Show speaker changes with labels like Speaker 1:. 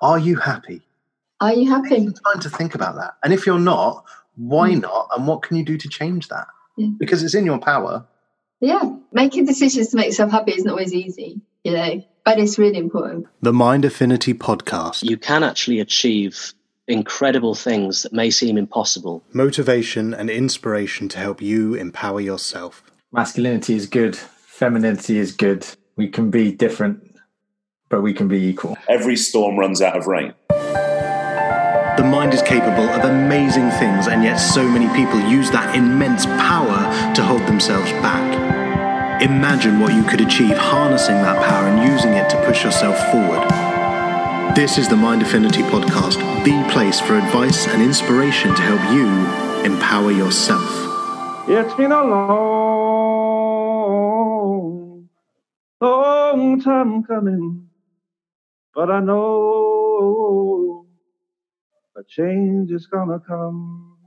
Speaker 1: Are you happy?
Speaker 2: Are you happy?
Speaker 1: Time to think about that. And if you're not, why not? And what can you do to change that?
Speaker 2: Yeah.
Speaker 1: Because it's in your power.
Speaker 2: Yeah. Making decisions to make yourself happy isn't always easy, you know, but it's really important.
Speaker 1: The Mind Affinity Podcast
Speaker 3: You can actually achieve incredible things that may seem impossible.
Speaker 1: motivation and inspiration to help you empower yourself.
Speaker 4: Masculinity is good, femininity is good. We can be different, but we can be equal.
Speaker 5: Every storm runs out of rain.
Speaker 6: The mind is capable of amazing things, and yet so many people use that immense power to hold themselves back. Imagine what you could achieve harnessing that power and using it to push yourself forward. This is the Mind Affinity Podcast, the place for advice and inspiration to help you empower yourself.
Speaker 7: It's been a long, long time coming, but I know a change is gonna come.